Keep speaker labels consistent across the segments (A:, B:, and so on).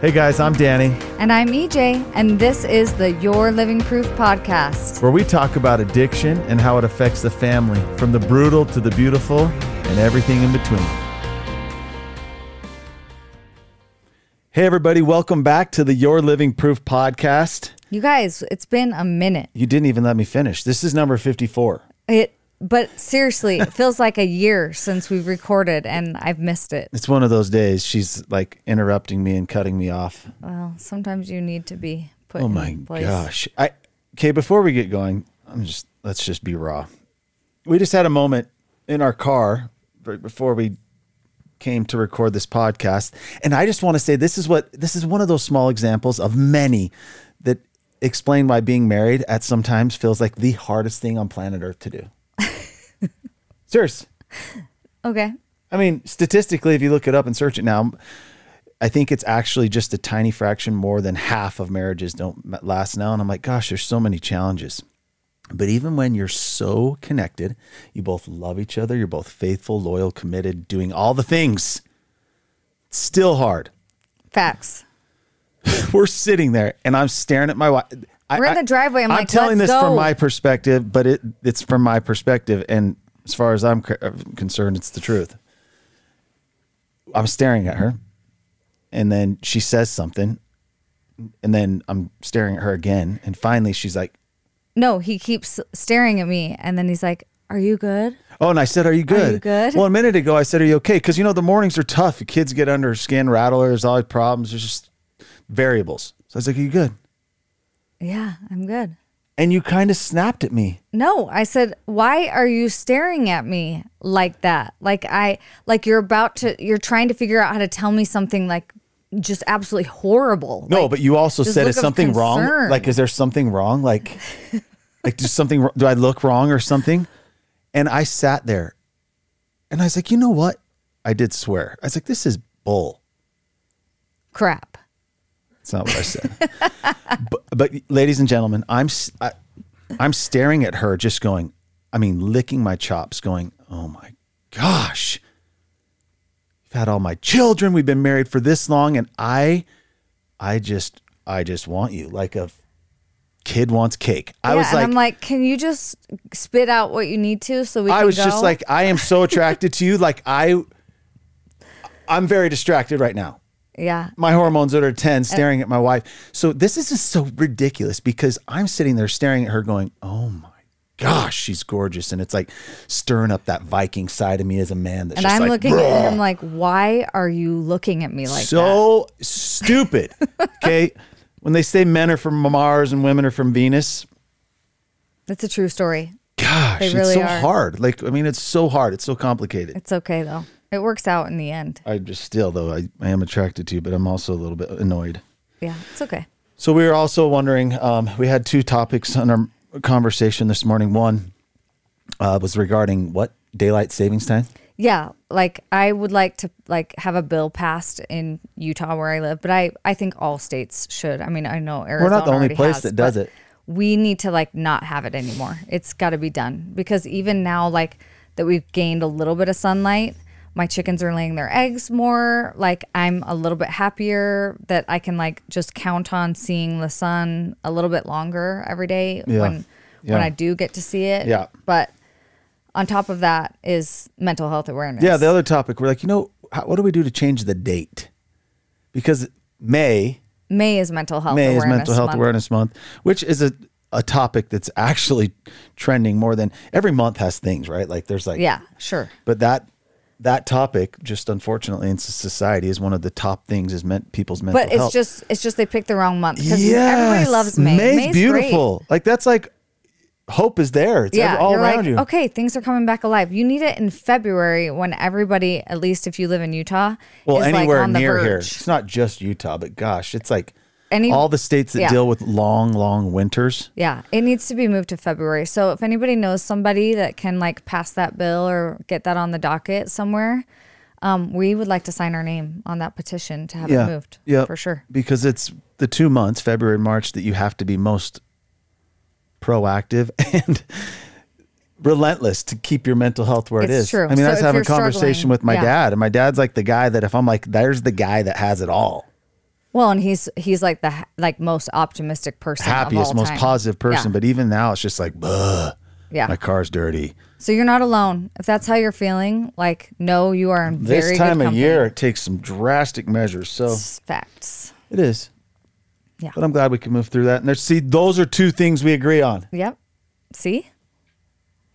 A: Hey guys, I'm Danny,
B: And I'm EJ, and this is the Your Living Proof Podcast.
A: where we talk about addiction and how it affects the family, from the brutal to the beautiful and everything in between. Hey everybody, welcome back to the Your Living Proof podcast.
B: You guys, it's been a minute.
A: You didn't even let me finish. This is number 54.
B: It but seriously, it feels like a year since we've recorded and I've missed it.
A: It's one of those days she's like interrupting me and cutting me off.
B: Well, sometimes you need to be put
A: Oh
B: in
A: my
B: place.
A: gosh. I okay, before we get going, I'm just let's just be raw. We just had a moment in our car b- before we came to record this podcast, and I just want to say this is what this is one of those small examples of many that explain why being married at sometimes feels like the hardest thing on planet Earth to do. Serious.
B: Okay.
A: I mean, statistically, if you look it up and search it now, I think it's actually just a tiny fraction more than half of marriages don't ma- last now. And I'm like, gosh, there's so many challenges. But even when you're so connected, you both love each other, you're both faithful, loyal, committed, doing all the things, it's still hard.
B: Facts.
A: We're sitting there and I'm staring at my wife. I,
B: We're in
A: I-
B: the driveway. I'm like,
A: telling
B: "Let's
A: this
B: go."
A: from my perspective, but it it's from my perspective. And as far as I'm c- uh, concerned, it's the truth. I'm staring at her, and then she says something, and then I'm staring at her again, and finally she's like,
B: No, he keeps staring at me and then he's like, Are you good?
A: "Oh," and I said, "Are you good?"
B: you good?
A: Well, a minute ago I said, "Are you okay?" Because you know the mornings are tough. The kids get under skin rattler. There's always problems. There's just variables. So I was like, "Are you good?"
B: Yeah, I'm good.
A: And you kind of snapped at me.
B: No, I said, "Why are you staring at me like that? Like I like you're about to you're trying to figure out how to tell me something like just absolutely horrible."
A: No,
B: Like,
A: but you also
B: just
A: said
B: look
A: is
B: of
A: something wrong?
B: concern.
A: Like, is there something wrong? Like, like do something? Do I look wrong or something? And I sat there, and I was like, you know what? I did swear. I was like, this is bull.
B: crap.
A: That's not what I said. but, but, ladies and gentlemen, I'm s- I, am i am staring at her, just going. I mean, licking my chops, going, oh my gosh. You've had all my children. We've been married for this long, and I, I just, I just want you like a kid wants cake. I
B: yeah,
A: was
B: and
A: like,
B: I'm like, "Can you just spit out what you need to so we
A: I
B: can
A: was
B: go?"
A: just like, I am so attracted to you. Like I, I'm very distracted right now.
B: "Yeah."
A: my hormones are at
B: Uh,
A: 10 staring at my wife so this is just so ridiculous because i'm sitting there staring at her going oh my gosh she's gorgeous and it's like stirring up that viking side of me as a man that's
B: And
A: just
B: I'm
A: like
B: looking
A: "Bruh."
B: at him like, "Why are you looking at me like that?"
A: so stupid okay when they say men are from mars and women are from venus
B: That's a true story.
A: gosh
B: They
A: it's
B: really
A: so
B: are.
A: hard like i mean it's so hard it's so complicated
B: It's okay though. It works out in the end.
A: i just still though I, I am attracted to you but i'm also a little bit annoyed
B: Yeah, it's okay.
A: So we were also wondering. Um, we had two topics on our conversation this morning. One uh, was regarding what daylight savings time.
B: Yeah, like I would like to like have a bill passed in Utah where I live, but I I think all states should. I mean, I know Arizona.
A: the only
B: already
A: place
B: has,
A: that does
B: but
A: it.
B: We need to like not have it anymore. It's got to be done because even now, like that we've gained a little bit of sunlight. My chickens are laying their eggs more. Like I'm a little bit happier that I can like just count on seeing the sun a little bit longer every day
A: Yeah.
B: when
A: Yeah.
B: when I do get to see it.
A: Yeah.
B: But on top of that is mental health awareness.
A: Yeah, the other topic we're like, you know, how, what do we do to change the date? Because May
B: May is mental health
A: May is
B: awareness.
A: Mental Health
B: Month.
A: Awareness Month, which is a a topic that's actually trending more than every month has things, right? Like there's like
B: Yeah, sure.
A: but that that topic just unfortunately in s- society is one of the top things is meant people's mental
B: But
A: health.
B: it's just it's just they picked the wrong month because
A: Yes.
B: everybody loves May.
A: May's,
B: May's
A: beautiful. Like that's like hope is there. It's
B: Great. Yeah,
A: ev- all
B: you're
A: around
B: like,
A: you.
B: okay, things are coming back alive. You need it in February when everybody, at least if you live in Utah,
A: Well,
B: is
A: anywhere
B: like on
A: near
B: the
A: here.
B: verge.
A: It's not just Utah, but gosh, it's like
B: Any-
A: all the states that
B: yeah.
A: deal with long, long winters.
B: Yeah, it needs to be moved to February. So if anybody knows somebody that can like pass that bill or get that on the docket somewhere, um, we would like to sign our name on that petition to have
A: Yeah.
B: it moved.
A: Yeah.
B: for sure.
A: Because it's the two months, February and March, that you have to be most proactive and relentless to keep your mental health where it
B: It's
A: is.
B: true.
A: I mean,
B: So
A: I was
B: if
A: having a
B: you're
A: conversation
B: struggling-
A: with my
B: yeah.
A: dad, and my dad's like the guy that if I'm like, there's the guy that has it all.
B: Well, and he's he's like the ha- like most optimistic person, of
A: happiest,
B: all
A: most
B: time.
A: positive person.
B: Yeah.
A: But even now, it's just like, "Bleh,
B: yeah.
A: my car's dirty.
B: so you're not alone. If that's how you're feeling, like no, you are in very
A: this time
B: good
A: of
B: company.
A: year, it takes some drastic measures. So
B: It's Facts.
A: it is.
B: Yeah.
A: But I'm glad we can move through that. And there's, see, those are two things we agree on.
B: Yep. See,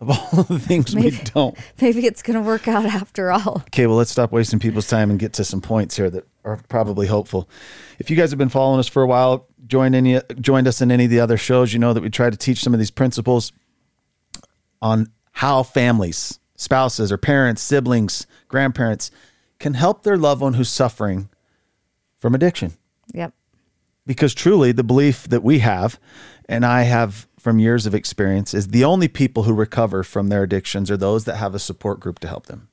A: Of all the things we
B: Maybe.
A: don't.
B: maybe it's gonna work out after all.
A: Okay, well, let's stop wasting people's time and get to some points here that are probably helpful. If you guys have been following us for a while, joined any joined us in any of the other shows, you know that we try to teach some of these principles on how families, spouses, or parents, siblings, grandparents can help their loved one who's suffering from addiction
B: Yep.
A: because truly the belief that we have and I have from years of experience is the only people who recover from their addictions are those that have a support group to help them.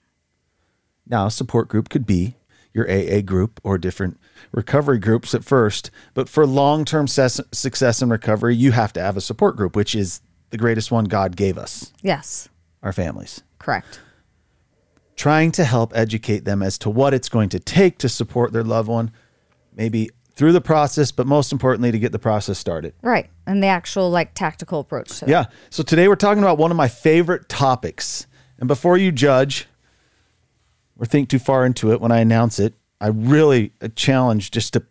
A: Now, a support group could be your AA group or different recovery groups at first, but for long term ses- success and recovery, you have to have a support group, which is the greatest one God gave us,
B: Yes.
A: our families
B: Correct.
A: trying to help educate them as to what it's going to take to support their loved one, maybe through the process, but most importantly, to get the process started.
B: Right. And the actual like tactical approach to it.
A: Yeah. So today we're talking about one of my favorite topics. And before you judge or think too far into it when I announce it, I really uh, challenge just to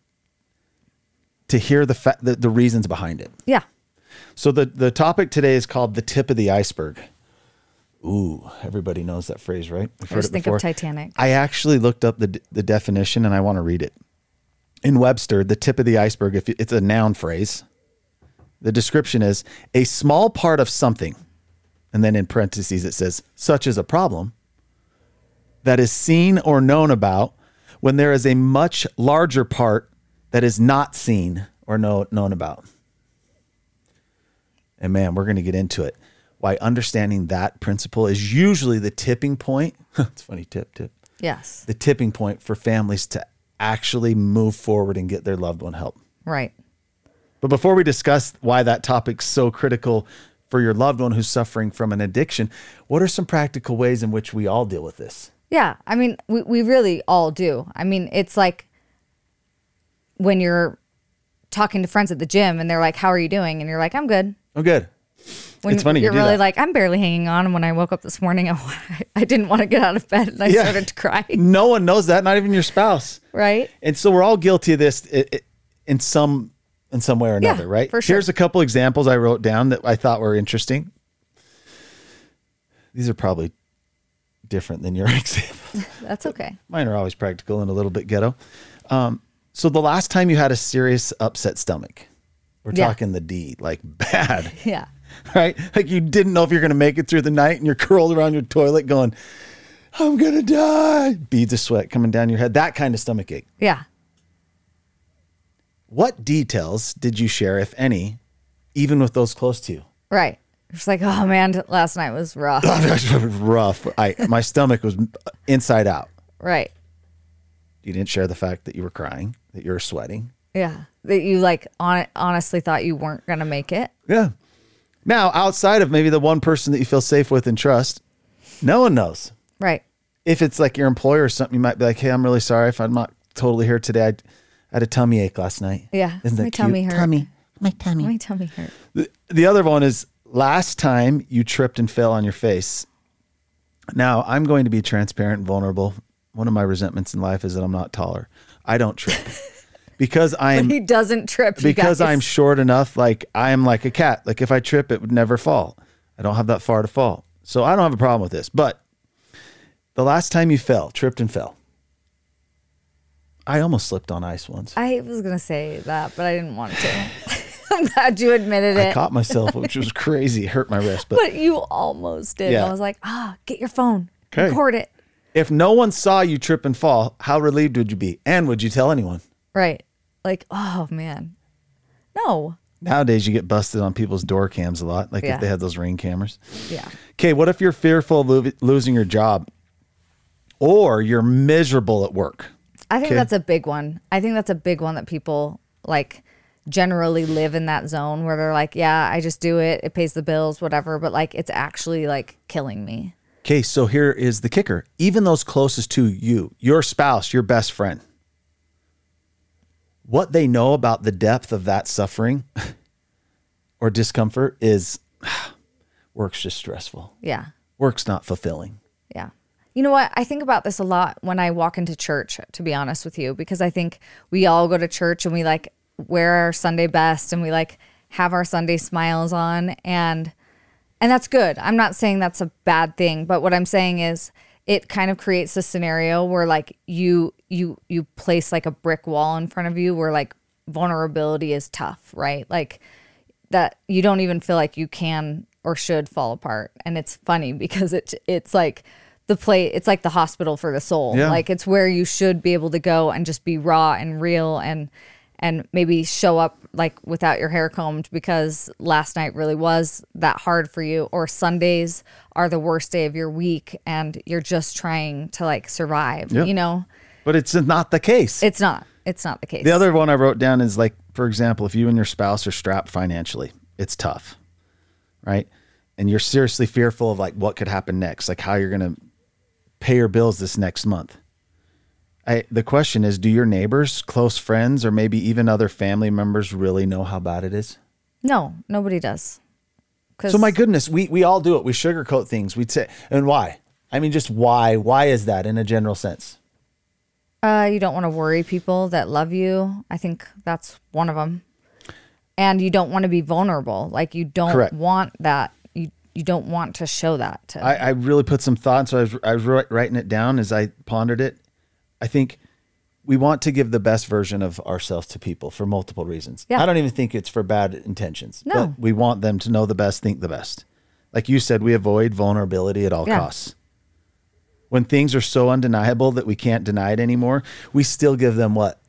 A: to hear the, fa- the the reasons behind it.
B: Yeah.
A: So the the topic today is called the tip of the iceberg. Ooh, everybody knows that phrase, right? We've
B: I
A: heard
B: just
A: it
B: think
A: before.
B: of Titanic.
A: I actually looked up the the definition and I want to read it. In Webster, the tip of the iceberg, if it's a noun phrase, the description is a small part of something, and then in parentheses it says such as a problem that is seen or known about when there is a much larger part that is not seen or know, known about. And man, we're going to get into it. Why understanding that principle is usually the tipping point. it's funny, tip, tip
B: Yes.
A: the tipping point for families to actually move forward and get their loved one help.
B: Right.
A: But before we discuss why that topic's so critical for your loved one who's suffering from an addiction, what are some practical ways in which we all deal with this?
B: Yeah. I mean, we, we really all do. I mean, it's like when you're talking to friends at the gym and they're like, How are you doing? And you're like, I'm good.
A: Oh, good.
B: When
A: It's funny you
B: You're
A: do
B: really
A: that.
B: like, I'm barely hanging on. And when I woke up this morning, I, I didn't want to get out of bed and I
A: Yeah.
B: started to cry.
A: No one knows that, not even your spouse.
B: Right.
A: And so we're all guilty of this i- i- in some in some way or another,
B: Yeah,
A: right?
B: for sure.
A: Here's a couple examples I wrote down that I thought were interesting. These are probably different than your example.
B: That's okay.
A: Mine are always practical and a little bit ghetto. Um, so the last time you had a serious upset stomach, we're
B: Yeah.
A: talking the D, like bad,
B: Yeah.
A: right? Like you didn't know if you're going to make it through the night and you're curled around your toilet going, I'm going to die. Beads of sweat coming down your head, that kind of stomach ache.
B: Yeah.
A: What details did you share, if any, even with those close to you?
B: Right. It's like, Oh man, last night was rough.
A: Rough. I, my stomach was inside out.
B: right.
A: You didn't share the fact that you were crying, that you were sweating,
B: Yeah. That you like on, honestly thought you weren't going to make it.
A: Yeah. Now, outside of maybe the one person that you feel safe with and trust, no one knows.
B: Right.
A: If it's like your employer or something, you might be like, "Hey, I'm really sorry if I'm not totally here today. I, I had a tummy ache last night.
B: Yeah.
A: isn't that
B: My
A: cute?
B: tummy hurt.
A: Tummy. My tummy.
B: My tummy hurt.
A: The, the other one is last time you tripped and fell on your face. Now, I'm going to be transparent and vulnerable. One of my resentments in life is that I'm not taller. I don't trip because I am
B: He doesn't trip. you
A: because
B: guys.
A: I'm short enough, like I am like a cat. Like if I trip, it would never fall. I don't have that far to fall. So I don't have a problem with this. But the last time you fell, tripped and fell. I almost slipped on ice once.
B: I was gonna say that, but I didn't want to. I'm glad you admitted
A: I
B: it.
A: caught myself, which was crazy. It hurt my wrist. But
B: But you almost did.
A: Yeah.
B: I was like, ah, get your phone,
A: 'Kay.
B: record it.
A: if no one saw you trip and fall, how relieved would you be? And would you tell anyone?
B: Right. Like, oh man, no.
A: Nowadays, you get busted on people's door cams a lot, like
B: Yeah.
A: if they had those ring cameras.
B: Yeah.
A: Okay, what if you're fearful of lo- losing your job or you're miserable at work?
B: I think
A: 'Kay.
B: that's a big one. I think that's a big one that people like generally live in that zone where they're like, yeah, I just do it. It pays the bills, whatever. But like, it's actually like killing me.
A: Okay, so here is the kicker. Even those closest to you, your spouse, your best friend, what they know about the depth of that suffering or discomfort is work's just stressful.
B: Yeah.
A: Work's not fulfilling.
B: Yeah. You know what? I think about this a lot when I walk into church, to be honest with you, because I think we all go to church and we like wear our Sunday best and we like have our Sunday smiles on and and that's good. I'm not saying that's a bad thing, but what I'm saying is it kind of creates a scenario where like you you you place like a brick wall in front of you where like vulnerability is tough, right? Like that you don't even feel like you can or should fall apart. And it's funny because it it's like the play it's like the hospital for the soul.
A: Yeah.
B: Like it's where you should be able to go and just be raw and real and and maybe show up like without your hair combed because last night really was that hard for you or Sundays are the worst day of your week and you're just trying to like survive,
A: Yeah.
B: you know?
A: But it's not the case.
B: It's not. It's not the case.
A: The other one I wrote down is like, for example, if you and your spouse are strapped financially, it's tough, right? And you're seriously fearful of like what could happen next, like how you're going to pay your bills this next month. I, the question is do your neighbors, close friends, or maybe even other family members really know how bad it is?
B: no, nobody does. 'Cause-
A: So my goodness, we we all do it. We sugarcoat things. We say, and why? I mean, just why? Why is that in a general sense?
B: Uh, you don't want to worry people that love you. I think that's one of them. And you don't want to be vulnerable. Like you don't
A: Correct.
B: want that. You you don't want to show that. To,
A: I, I really put some thought. So I was, I was wri- writing it down as I pondered it. I think we want to give the best version of ourselves to people for multiple reasons.
B: Yeah.
A: I don't even think it's for bad intentions.
B: No.
A: But we want them to know the best, think the best. Like you said, we avoid vulnerability at all
B: Yeah.
A: costs. When things are so undeniable that we can't deny it anymore, we still give them what?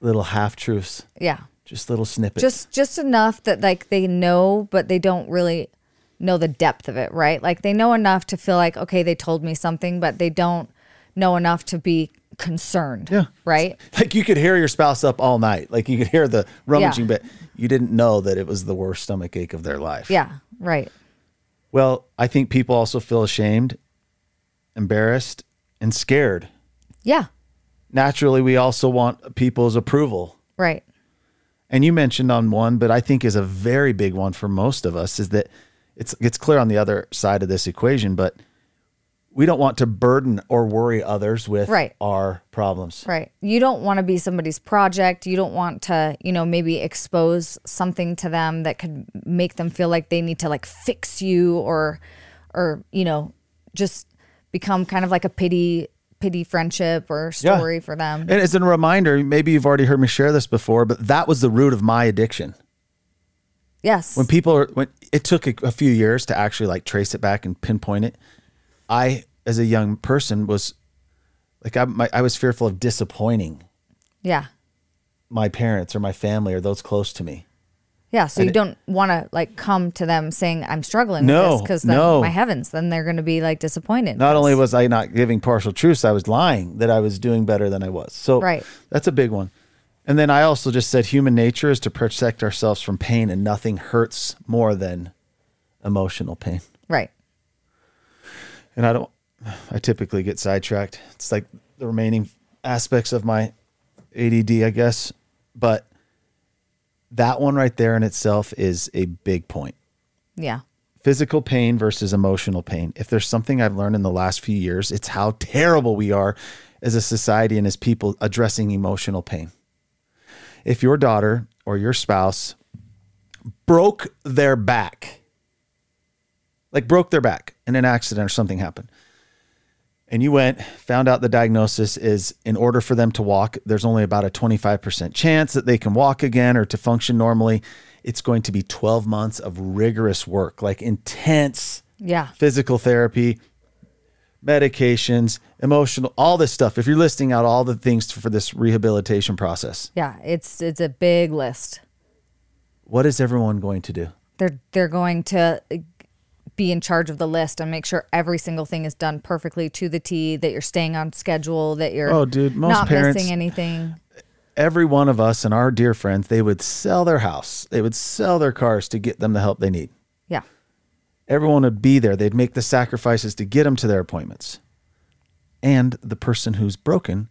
A: Little half truths,
B: yeah.
A: just little snippets.
B: Just just enough that like they know, but they don't really know the depth of it, right? Like they know enough to feel like okay, they told me something, but they don't know enough to be concerned.
A: Yeah.
B: Right.
A: like you could hear your spouse up all night. Like you could hear the rummaging,
B: Yeah.
A: but you didn't know that it was the worst stomach ache of their life.
B: Yeah. Right.
A: Well, I think people also feel ashamed, embarrassed, and scared.
B: Yeah.
A: Naturally, we also want people's approval.
B: Right.
A: And you mentioned on one, but I think is a very big one for most of us is that it's it's clear on the other side of this equation, but we don't want to burden or worry others with
B: Right.
A: our problems.
B: Right. You don't want to be somebody's project. You don't want to, you know, maybe expose something to them that could make them feel like they need to like fix you or or, you know, just become kind of like a pity pity friendship or
A: Yeah.
B: story for them.
A: And as a reminder, maybe you've already heard me share this before, but that was the root of my addiction.
B: yes.
A: When people are, when it took a, a few years to actually like trace it back and pinpoint it, I, as a young person, was like, I, my, I was fearful of disappointing
B: yeah.
A: my parents or my family or those close to me.
B: Yeah, so you don't want to like come to them saying I'm struggling
A: No,
B: with this because then
A: no.
B: my heavens, then they're going to be like disappointed.
A: Not only was I not giving partial truths, I was lying that I was doing better than I was. So
B: Right.
A: that's a big one. And then I also just said human nature is to protect ourselves from pain, and nothing hurts more than emotional pain.
B: right.
A: and I don't. I typically get sidetracked. It's like the remaining aspects of my ADD, I guess. But that one right there in itself is a big point.
B: Yeah.
A: Physical pain versus emotional pain. If there's something I've learned in the last few years, it's how terrible we are as a society and as people addressing emotional pain. If your daughter or your spouse broke their back, like broke their back in an accident or something happened. And you went, found out the diagnosis is in order for them to walk, there's only about a 25% chance that they can walk again or to function normally. It's going to be 12 months of rigorous work, like intense
B: Yeah.
A: physical therapy, medications, emotional, all this stuff. If you're listing out all the things for this rehabilitation process,
B: Yeah, it's it's a big list.
A: what is everyone going to do?
B: they're they're going to uh, be in charge of the list and make sure every single thing is done perfectly to the T. That you're staying on schedule. That you're
A: Oh, dude, most
B: not
A: parents-
B: missing anything.
A: every one of us and our dear friends, they would sell their house, they would sell their cars to get them the help they need.
B: Yeah,
A: Everyone would be there. They'd make the sacrifices to get them to their appointments. And the person who's broken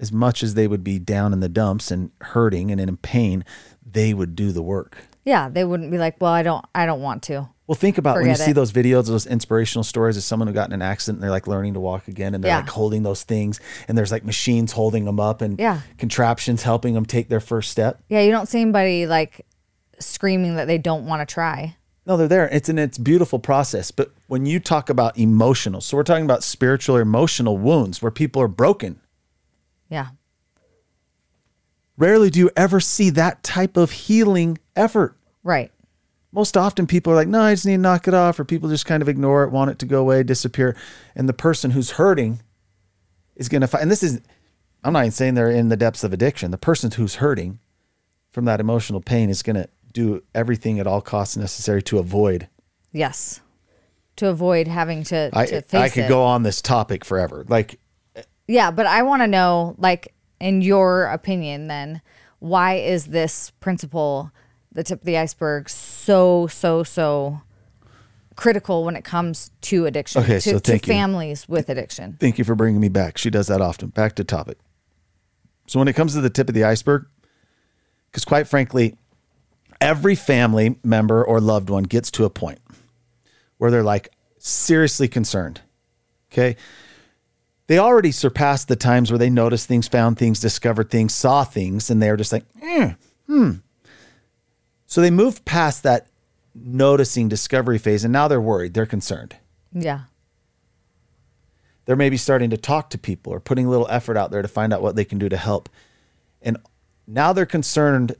A: as much as they would be down in the dumps and hurting and in pain, they would do the work.
B: Yeah, they wouldn't be like, "Well, I don't I don't want to."
A: Well, think about when you
B: Forget
A: see
B: it.
A: those videos, those inspirational stories of someone who got in an accident and they're like learning to walk again and they're
B: Yeah.
A: like holding those things and there's like machines holding them up and
B: Yeah.
A: contraptions helping them take their first step.
B: Yeah, you don't see anybody like screaming that they don't want to try.
A: No, they're there. It's an it's beautiful process. But when you talk about emotional, so we're talking about spiritual or emotional wounds where people are broken.
B: Yeah.
A: Rarely do you ever see that type of healing effort.
B: Right.
A: most often people are like, no, I just need to knock it off, or people just kind of ignore it, want it to go away, disappear. And the person who's hurting is going to find, and this is, I'm not even saying they're in the depths of addiction. The person who's hurting from that emotional pain is going to do everything at all costs necessary to avoid.
B: Yes. To avoid having to, to
A: I,
B: face
A: I could
B: it.
A: go on this topic forever. Like,
B: Yeah, but I want to know, like, in your opinion, then, why is this principle, the tip of the iceberg, so, so, so critical when it comes to addiction,
A: Okay,
B: to,
A: so
B: to
A: thank you.
B: families with addiction?
A: Thank you for bringing me back. She does that often. Back to topic. So, when it comes to the tip of the iceberg, because quite frankly, every family member or loved one gets to a point where they're like seriously concerned. Okay. They already surpassed the times where they noticed things, found things, discovered things, saw things, and they were just like, "Eh, hmm. So they moved past that noticing discovery phase, and now they're worried, they're concerned
B: Yeah.
A: they're maybe starting to talk to people or putting a little effort out there to find out what they can do to help. And now they're concerned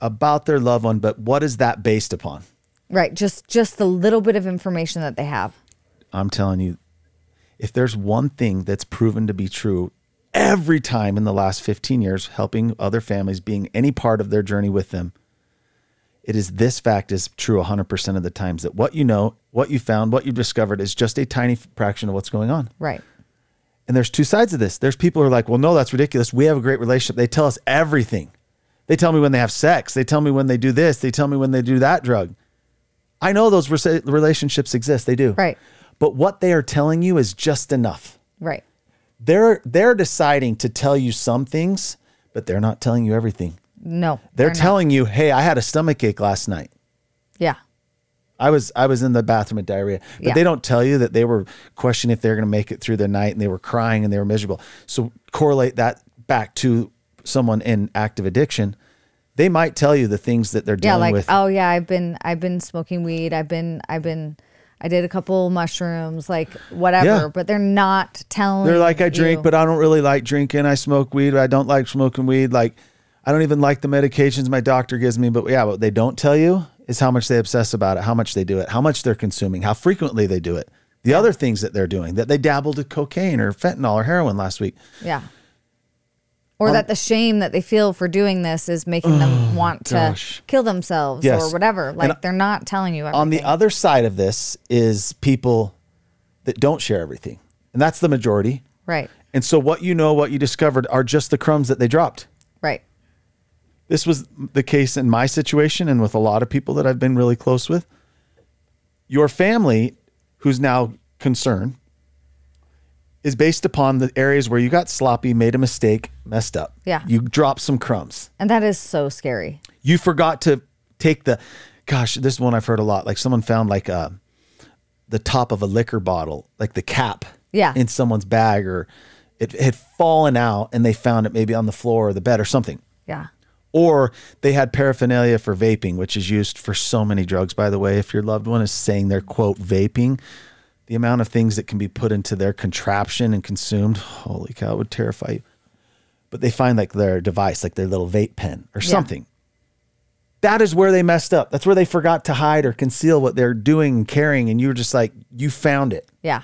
A: about their loved one, but what is that based upon?
B: Right. Just just the little bit of information that they have.
A: I'm telling you, if there's one thing that's proven to be true every time in the last 15 years, helping other families, being any part of their journey with them, it is this fact is true 100% of the times that what you know, what you found, what you discovered is just a tiny fraction of what's going on.
B: Right.
A: And there's two sides of this. There's people who are like, well, no, that's ridiculous. We have a great relationship. They tell us everything. They tell me when they have sex. They tell me when they do this. They tell me when they do that drug. I know those rese- relationships exist. They do.
B: Right.
A: But what they are telling you is just enough.
B: Right.
A: They're they're deciding to tell you some things, but they're not telling you everything.
B: No.
A: They're,
B: not.
A: telling you, "Hey, I had a stomach ache last night."
B: Yeah.
A: I was I was in the bathroom with diarrhea, but
B: Yeah.
A: they don't tell you that they were questioning if they're going to make it through the night, and they were crying and they were miserable. So correlate that back to someone in active addiction. They might tell you the things that they're
B: Yeah,
A: dealing
B: like
A: with.
B: oh yeah, I've been I've been smoking weed. I've been I've been I did a couple mushrooms, like whatever.
A: Yeah.
B: But they're not telling.
A: they're like, I drink,
B: you-
A: but I don't really like drinking. I smoke weed. I don't like smoking weed. Like, I don't even like the medications my doctor gives me. But yeah, what they don't tell you is how much they obsess about it, how much they do it, how much they're consuming, how frequently they do it, the other things that they're doing, that they dabbled in cocaine or fentanyl or heroin last week.
B: yeah. Or
A: Um,
B: that the shame that they feel for doing this is making them want to
A: gosh.
B: kill themselves
A: Yes.
B: or whatever. Like
A: And- Um,
B: they're not telling you everything.
A: on the other side of this is people that don't share everything and that's the majority
B: right,
A: and so what you know what you discovered are just the crumbs that they dropped
B: right,
A: this was the case in my situation and with a lot of people that i've been really close with your family who's now concerned is based upon the areas where you got sloppy made a mistake messed up
B: Yeah.
A: you dropped some crumbs
B: and that is so scary.
A: you forgot to take the gosh this is one i've heard a lot like someone found like uh the top of a liquor bottle like the cap
B: Yeah.
A: in someone's bag or it had fallen out and they found it maybe on the floor or the bed or something
B: Yeah,
A: or they had paraphernalia for vaping which is used for so many drugs by the way if your loved one is saying they're quote vaping the amount of things that can be put into their contraption and consumed holy cow it would terrify you but they find like their device like their little vape pen or something that is where they messed up that's where they forgot to hide or conceal what they're doing and carrying and you were just like you found it
B: yeah,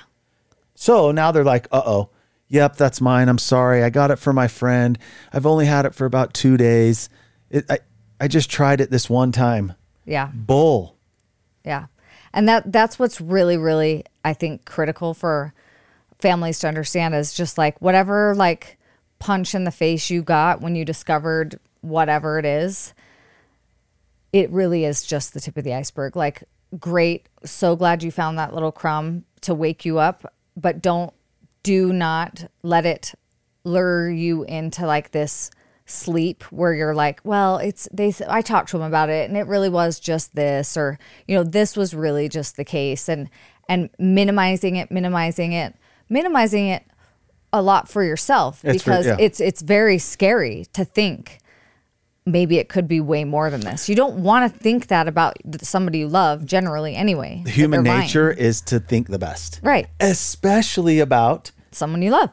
A: so now they're like, uh oh, yep, that's mine. I'm sorry. I got it for my friend. I've only had it for about two days. It, I, I just tried it this one time.
B: yeah.
A: Bull.
B: Yeah. And that that's what's really really I think critical for families to understand is just like whatever like punch in the face you got when you discovered whatever it is it really is just the tip of the iceberg. Like great, so glad you found that little crumb to wake you up, but don't do not let it lure you into like this sleep where you're like, well, it's they I talked to him about it and it really was just this or you know, this was really just the case and and minimizing it, minimizing it, minimizing it a lot for yourself
A: It's for-
B: because
A: yeah.
B: it's it's very scary to think maybe it could be way more than this. You don't want to think that about th- somebody you love generally anyway. that
A: Human
B: they're lying.
A: nature is to think the best,
B: Right.
A: Especially about
B: Someone you love.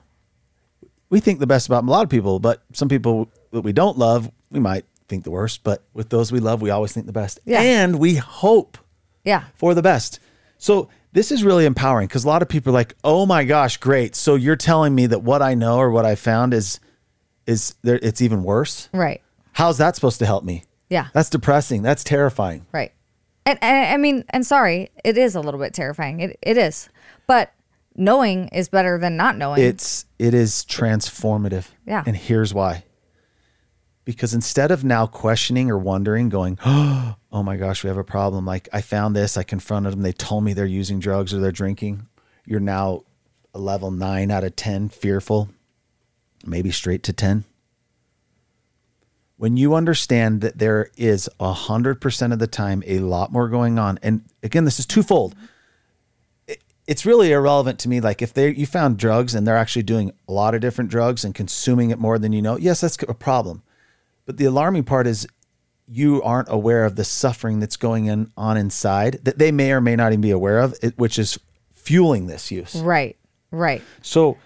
A: we think the best about a lot of people, but some people that we don't love, we might think the worst. But with those we love, we always think the best,
B: Yeah.
A: and we hope
B: Yeah.
A: for the best. So this is really empowering because a lot of people are like, "Oh my gosh, great! So you're telling me that what I know or what I found is is there? It's even worse.
B: Right.
A: How's that supposed to help me?
B: Yeah.
A: that's depressing. That's terrifying.
B: Right. And, and I mean, and sorry, it is a little bit terrifying. It, it is. But knowing is better than not knowing.
A: It's it is transformative.
B: Yeah.
A: and here's why. Because instead of now questioning or wondering, going, "Oh my gosh, we have a problem!" Like I found this, I confronted them. They told me they're using drugs or they're drinking. You're now a level nine out of ten, fearful, maybe straight to ten. when you understand that there is 100% of the time a lot more going on and again this is twofold It- it's really irrelevant to me like if they you found drugs and they're actually doing a lot of different drugs and consuming it more than you know yes that's a problem but the alarming part is you aren't aware of the suffering that's going in, on inside that they may or may not even be aware of it, which is fueling this use
B: right. Right.
A: so,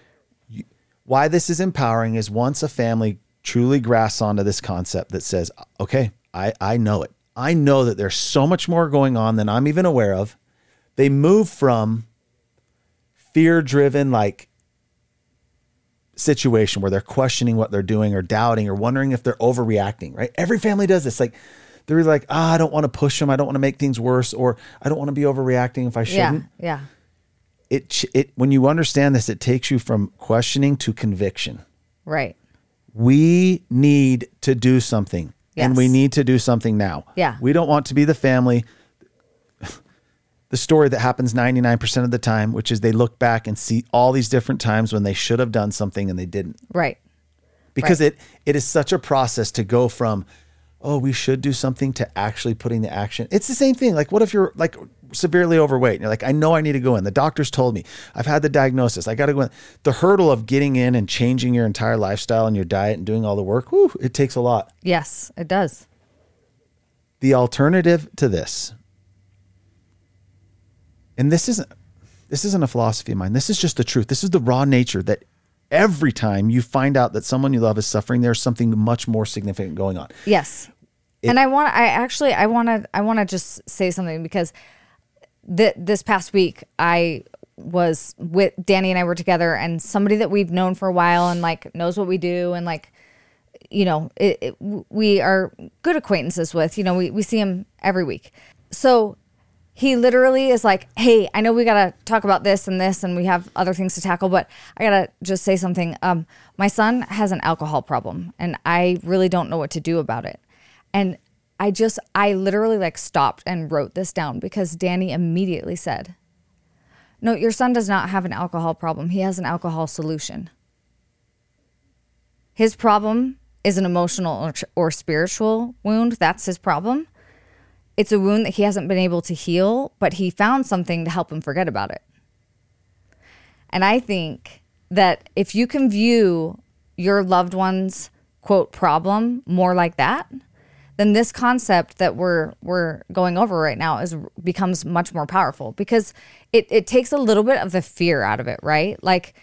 A: you- why this is empowering is once a family truly grasps onto this concept that says, okay, I, I know it. I know that there's so much more going on than I'm even aware of. They move from fear driven, like, situation where they're questioning what they're doing or doubting or wondering if they're overreacting, right? Every family does this. Like, they're like, ah, I don't want to push them. I don't want to make things worse, or I don't want to be overreacting if I shouldn't
B: Yeah. Yeah.
A: it ch- it when you understand this it takes you from questioning to conviction
B: Right.
A: we need to do something and
B: Yes.
A: we need to do something now
B: Yeah.
A: we don't want to be the family the story that happens 99% of the time which is they look back and see all these different times when they should have done something and they didn't
B: Right.
A: because it it is such a process to go from oh we should do something to actually putting the action it's the same thing like what if you're like severely overweight and you're like i know i need to go in the doctors told me i've had the diagnosis i gotta go in the hurdle of getting in and changing your entire lifestyle and your diet and doing all the work whew, it takes a lot
B: Yes, it does.
A: the alternative to this and this isn't this isn't a philosophy of mine this is just the truth this is the raw nature that every time you find out that someone you love is suffering there's something much more significant going on
B: Yes. and I want I actually I want to I want to just say something because th- this past week I was with Danny and I were together and somebody that we've known for a while and like knows what we do and like you know it, it, w- we are good acquaintances with you know we, we see him every week so he literally is like hey i know we gotta talk about this and this and we have other things to tackle but i gotta just say something um, my son has an alcohol problem and i really don't know what to do about it and i just i literally like stopped and wrote this down because danny immediately said no your son does not have an alcohol problem he has an alcohol solution his problem is an emotional or, or spiritual wound. That's his problem. It's a wound that he hasn't been able to heal, but he found something to help him forget about it. And I think that if you can view your loved one's quote problem more like that, then this concept that we're we're going over right now is becomes much more powerful because it, it takes a little bit of the fear out of it, right? Like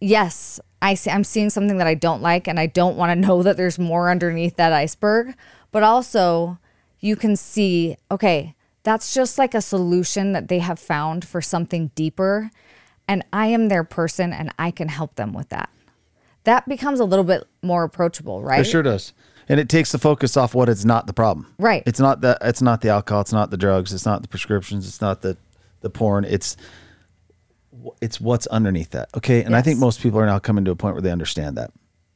B: yes, I see, I'm seeing something that I don't like and I don't want to know that there's more underneath that iceberg. But also, you can see, okay, that's just like a solution that they have found for something deeper. And I am their person and I can help them with that. That becomes a little bit more approachable, right?
A: It sure does. And it takes the focus off what is not the problem.
B: Right.
A: It's not the it's not the alcohol, it's not the drugs, it's not the prescriptions, it's not the the porn. It's it's what's underneath that. Okay. And I think
B: Yes.
A: most people are now coming to a point where they understand that.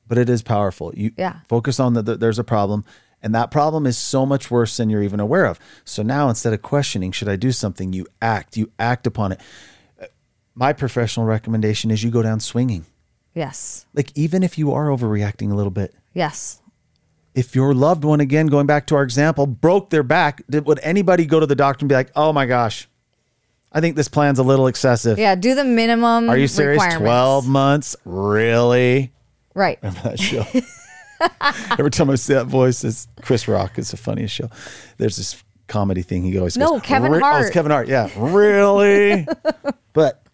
A: But it is powerful. You
B: Yeah.
A: focus on that the, there's a problem. And that problem is so much worse than you're even aware of. So now instead of questioning, should I do something? You act, you act upon it. My professional recommendation is you go down swinging
B: Yes.
A: Like even if you are overreacting a little bit,
B: Yes.
A: if your loved one again going back to our example broke their back, did, would anybody go to the doctor and be like, "Oh my gosh, I think this plan's a little excessive."
B: Yeah. Do the minimum.
A: Are you serious?
B: requirements.
A: Twelve months, really?
B: Right.
A: that show. Every time I see that voice, it's Chris Rock. It's the funniest show. There's this comedy thing he always
B: No,
A: goes,
B: Kevin
A: "Re- Oh,
B: Hart."
A: it's Kevin Hart. Yeah, really. but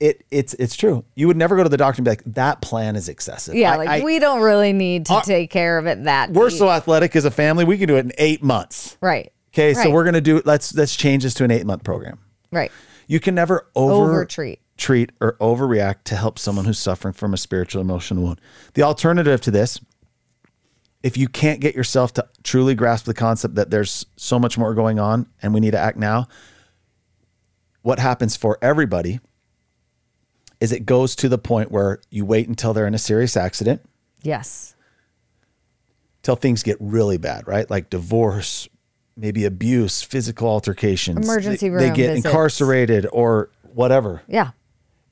A: it it's it's true. You would never go to the doctor and be like, "That plan is excessive."
B: Yeah.
A: I-
B: like
A: I-
B: we don't really need to
A: Our-
B: take care of it that.
A: we're
B: deep.
A: so athletic as a family. We can do it in eight months.
B: Right.
A: Okay, so
B: Right.
A: we're gonna do let's let's change this to an eight month program.
B: right.
A: You can never over
B: Overtreat.
A: treat or overreact to help someone who's suffering from a spiritual emotional wound. The alternative to this, if you can't get yourself to truly grasp the concept that there's so much more going on and we need to act now, what happens for everybody is it goes to the point where you wait until they're in a serious accident
B: Yes.
A: till things get really bad, right? Like divorce, maybe abuse, physical altercations,
B: Emergency
A: They, they
B: room
A: get
B: visits.
A: incarcerated or whatever.
B: Yeah.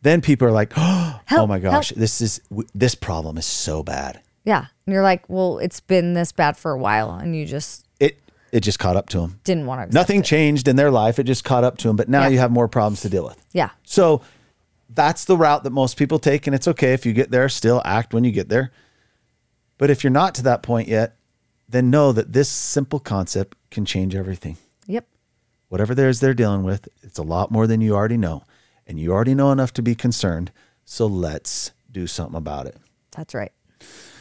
A: Then people are like, "Oh,
B: Help,
A: my gosh,
B: help."
A: this is w- this problem is so bad."
B: Yeah. And you're like, well, it's been this bad for a while, and you just
A: It it just caught up to them.
B: didn't want to.
A: Nothing changed in their life. It just caught up to them, but now
B: Yeah.
A: you have more problems to deal with.
B: Yeah.
A: So that's the route that most people take, and it's okay if you get there, still act when you get there. But if you're not to that point yet, then know that this simple concept can change everything.
B: Yep.
A: whatever there is they're dealing with, it's a lot more than you already know. And you already know enough to be concerned. So let's do something about it.
B: That's right.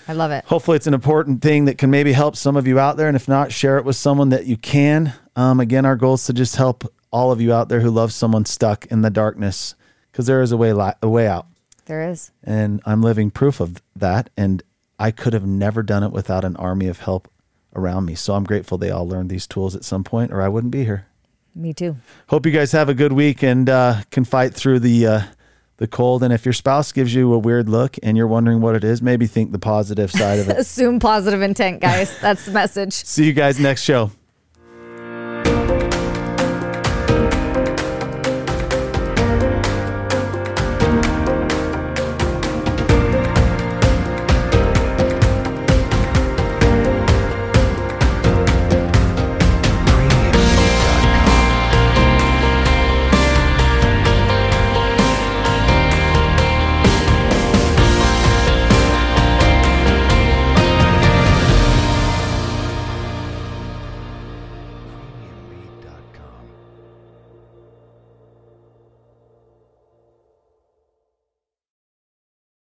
B: I love it.
A: Hopefully, it's an important thing that can maybe help some of you out there. And if not, share it with someone that you can. Um, again, our goal is to just help all of you out there who love someone stuck in the darkness because there is a way, li- a way out.
B: There is.
A: And I'm living proof of that. And I could have never done it without an army of help around me. So I'm grateful they all learned these tools at some point, or I wouldn't be here.
B: Me too.
A: Hope you guys have a good week and uh, can fight through the uh, the cold. And if your spouse gives you a weird look and you're wondering what it is, maybe think the positive side of it.
B: Assume positive intent, guys. That's the message.
A: See you guys next show.